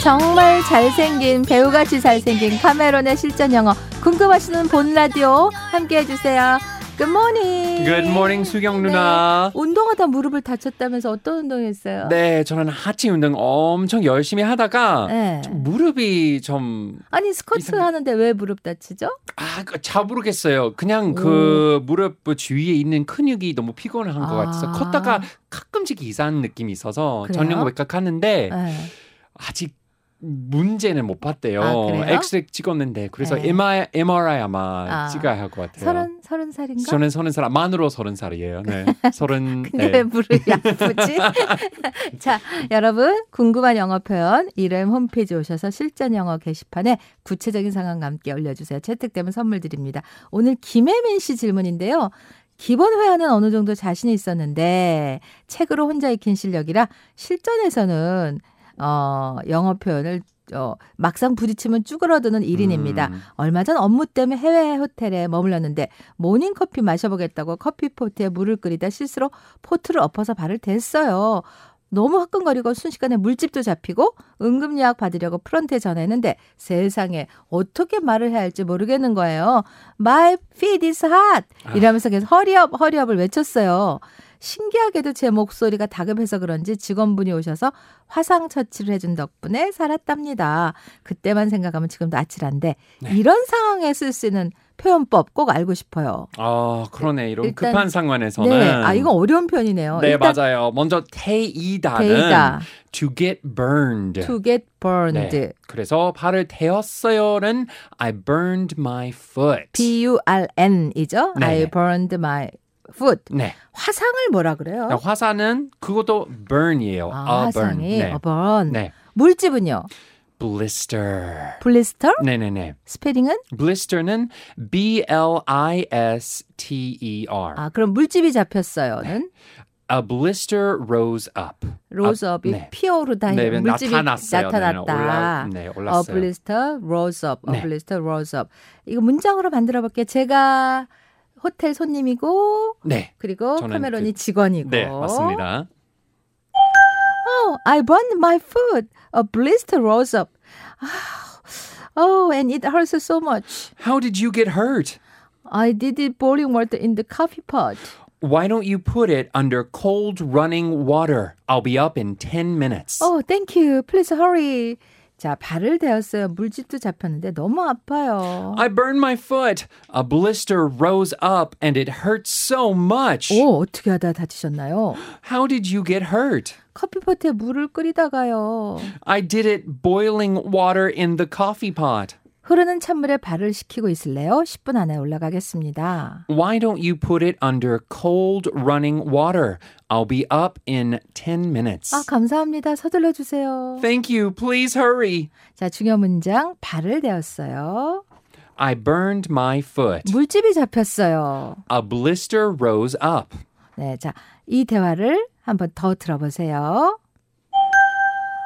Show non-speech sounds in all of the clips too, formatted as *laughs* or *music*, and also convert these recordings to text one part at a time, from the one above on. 정말 잘생긴 배우같이 잘생긴 카메론의 실전 영어 궁금하시는 본 라디오 함께 해주세요. 굿모닝. Good 네. morning, 수경 누나. 운동하다 무릎을 다쳤다면서 어떤 운동했어요? 네, 저는 하체 운동 엄청 열심히 하다가 네. 아, 좀 무릎이 좀, 아니 스쿼트 이상해. 하는데 왜 무릎 다치죠? 아, 그잘 모르겠어요. 그냥 그 무릎 그 주위에 있는 근육이 너무 피곤한 것 아. 같아서 컸다가 가끔씩 이상한 느낌이 있어서 그래요? 정형외과 가는데 네. 아직 문제는 못 봤대요. 아, 그래요? 엑스레이 찍었는데 그래서 네. MRI, MRI 아마 아. 찍어야 할 것 같아요. 서른 서른 살인가? 저는 서른 살 만으로 서른 살이에요. *laughs* 네, 서른. 네. 근데 왜 무릎이 아프지? *laughs* 자, 여러분 궁금한 영어 표현 이름 홈페이지 오셔서 실전 영어 게시판에 구체적인 상황과 함께 올려주세요. 채택되면 선물 드립니다. 오늘 김혜민 씨 질문인데요. 기본 회화는 어느 정도 자신이 있었는데 책으로 혼자 익힌 실력이라 실전에서는 어, 영어 표현을 어, 막상 부딪히면 쭈그러드는 일인입니다 음. 얼마 전 업무 때문에 해외 호텔에 머물렀는데 모닝 커피 마셔보겠다고 커피 포트에 물을 끓이다 실수로 포트를 엎어서 발을 댔어요. 너무 화끈거리고 순식간에 물집도 잡히고 응급 예약 받으려고 프런트에 전화했는데 세상에 어떻게 말을 해야 할지 모르겠는 거예요. My feet is hot 이러면서 계속 허리업 허리업을 외쳤어요. 신기하게도 제 목소리가 다급해서 그런지 직원분이 오셔서 화상 처치를 해준 덕분에 살았답니다. 그때만 생각하면 지금도 아찔한데 네. 이런 상황에 쓸 수 있는 표현법 꼭 알고 싶어요. 아 그러네 이런 일단- 급한 상황에서는 네, 아 이거 어려운 표현이네요. 어, 네 일단 맞아요 먼저 테이다는 데이다, to get burned to get burned, 네, 그래서 발을 데웠어요는 I burned my foot b u r n이죠. 네, I 네. burned my foot. 네 화상을 뭐라 그래요? 그러니까 화사는 그것도 burn이에요 어? 아, a burn 화상이 네. a burn. 네 물집은요. blister 블리스터? 네네네 스페링은? blister는 B L I S T E R 아 그럼 물집이 잡혔어요는 a blister rose up 로즈업이 아, 네. 피어오르다 네, 해서 물집이 나타났어요 네, 네, 나타났다. 올라, 네 어 올랐어요 블리스터 로즈업, 어 네. 블리스터 로즈업. 이거 문장으로 만들어 볼게요. 제가 호텔 손님이고 네 그리고 저는 카메론이 그- 직원이고. 네, 맞습니다. Oh, I burned my foot. A blister rose up. Ah, Oh, and it hurts so much. How did you get hurt? I did it boiling water in the coffee pot. Why don't you put it under cold running water? I'll be up in 10 minutes. Oh, thank you. Please hurry. 자, 발을 대었어요. 물집도 잡혔는데 너무 아파요. I burned my foot. A blister rose up and it hurts so much. 오, 어떻게 하다 다치셨나요? How did you get hurt? 커피포트에 물을 끓이다가요. I did it boiling water in the coffee pot. 흐르는 찬물에 발을 식히고 있을래요? 10분 안에 올라가겠습니다. Why don't you put it under cold running water? I'll be up in 10 minutes. 아, 감사합니다. 서둘러 주세요. Thank you. Please hurry. 자, 중요 문장. 발을 대었어요. I burned my foot. 물집이 잡혔어요. A blister rose up. 네, 자, 이 대화를 한번 더 들어보세요.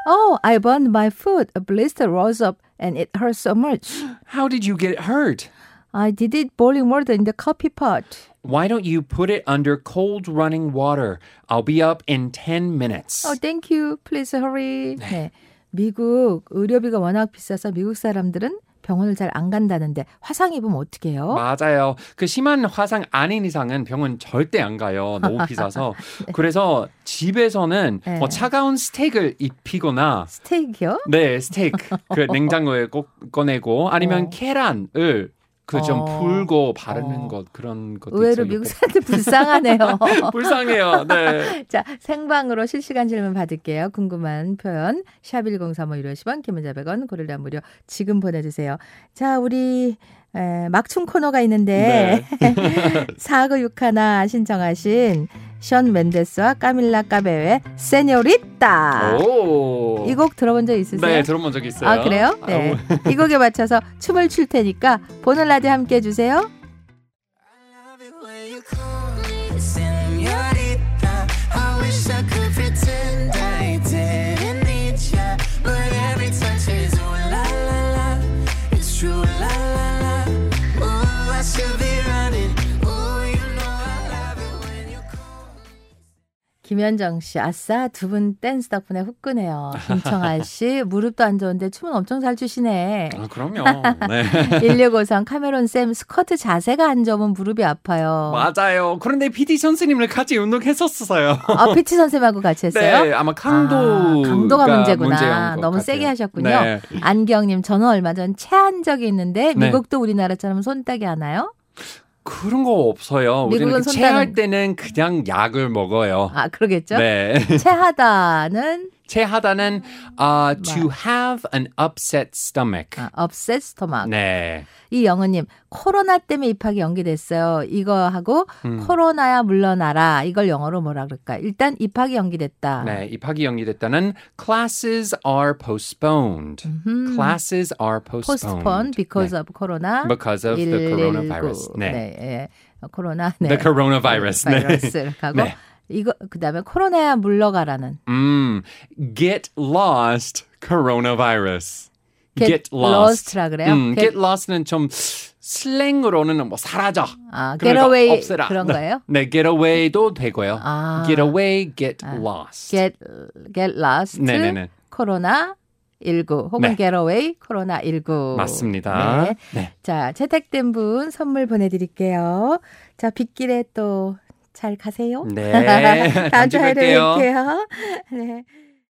Oh, I burned my foot. A blister rose up and it hurt so much. How did you get hurt? I did it boiling water in the coffee pot. Why don't you put it under cold running water? I'll be up in 10 minutes. Oh, thank you. Please hurry. 네. 미국 의료비가 워낙 비싸서 미국 사람들은 병원을 잘 안 간다는데 화상 입으면 어떻게 해요? 맞아요. 그 심한 화상 아닌 이상은 병원 절대 안 가요. 너무 *laughs* 비싸서. 그래서 집에서는 네. 뭐 차가운 스테이크를 입히거나 스테이크요? 네, 스테이크 *laughs* 그 냉장고에 꼭 꺼내고 아니면 어. 계란을 그 좀 어. 불고 바르는 어. 것 그런 것도 의외로 있어요, 미국 옆에. *laughs* 사람들 불쌍하네요. *laughs* 불쌍해요. 네. 자, 생방으로 실시간 질문 받을게요. 궁금한 표현 샵 1035 150원 김문자 100원 고릴라 무료 지금 보내 주세요. 자, 우리 에, 막춤 코너가 네. 있는데 *laughs* 4961 신청하신 션 멘데스와 까밀라 까베의 세뇨리따. 오. 아, 이 곡 들어본 적 있으세요? 네, 들어본 적 있어요. 뭐. 아, 그래요? 네. 이 곡에 맞춰서 춤을 출 테니까 보는 라디오 함께 해 주세요. love it when you call me senorita. I wish I could pretend I didn't need ya, but every touch is ooh la la la. It's true la la la. Ooh, I should be running. Ooh, you know I love it when you call. 김현정 씨, 아싸, 두 분 댄스 덕분에 후끈해요. 김청아 씨, 무릎도 안 좋은데 춤은 엄청 잘 추시네. 아, *laughs* 그럼요. 네. 1653 카메론 쌤, 스쿼트 자세가 안 좋으면 무릎이 아파요. 맞아요. 그런데 PD 선생님을 같이 운동했었어요. 아, 피치 선생님하고 같이 했어요? 네, 아마 강도 아, 강도가 문제구나. 문제인 것 너무 같아요. 세게 하셨군요. 네. 안경님, 저는 얼마 전 체한 적이 있는데 네. 미국도 우리나라처럼 손따기 하나요? 그런 거 없어요. 우리는 미국은 그 손 따는- 체할 때는 그냥 약을 먹어요. 아, 그러겠죠? 네. *laughs* 체하다는 체하다는 아, 마- to have an upset stomach. 아, upset stomach. 네. 이 영은님, 코로나 때문에 입학이 연기됐어요. 이거 하고 음. 코로나야 물러나라. 이걸 영어로 뭐라 그럴까? 일단 입학이 연기됐다. 네, 입학이 연기됐다는 classes are postponed. 음흠. classes are postponed. postponed because of corona. 네. because of the 119. coronavirus. 네. 네, 예. 코로나. 네. The coronavirus. 네. *laughs* 바이러스를 하고 네. 이거 그다음에 코로나야 물러가라는 음. Get lost coronavirus. Get lost. lost라 그래요? 음, Get- get lost는 좀 슬랭으로는 뭐 사라져. 아, 그러니까 getaway 없애라. 그런 거예요? 네, get away도 되고요. 아. get away, get 아. lost. get get lost 네, 네, 네. 코로나 19 혹은 네. getaway 코로나 19 맞습니다. 네. 네. 자, 채택된 분 선물 보내 드릴게요. 자, 빗길에 또 잘 가세요. *laughs* 네. *laughs* *laughs* 다음 다음 주에 주에 뵐게요. 뵐게요. 네.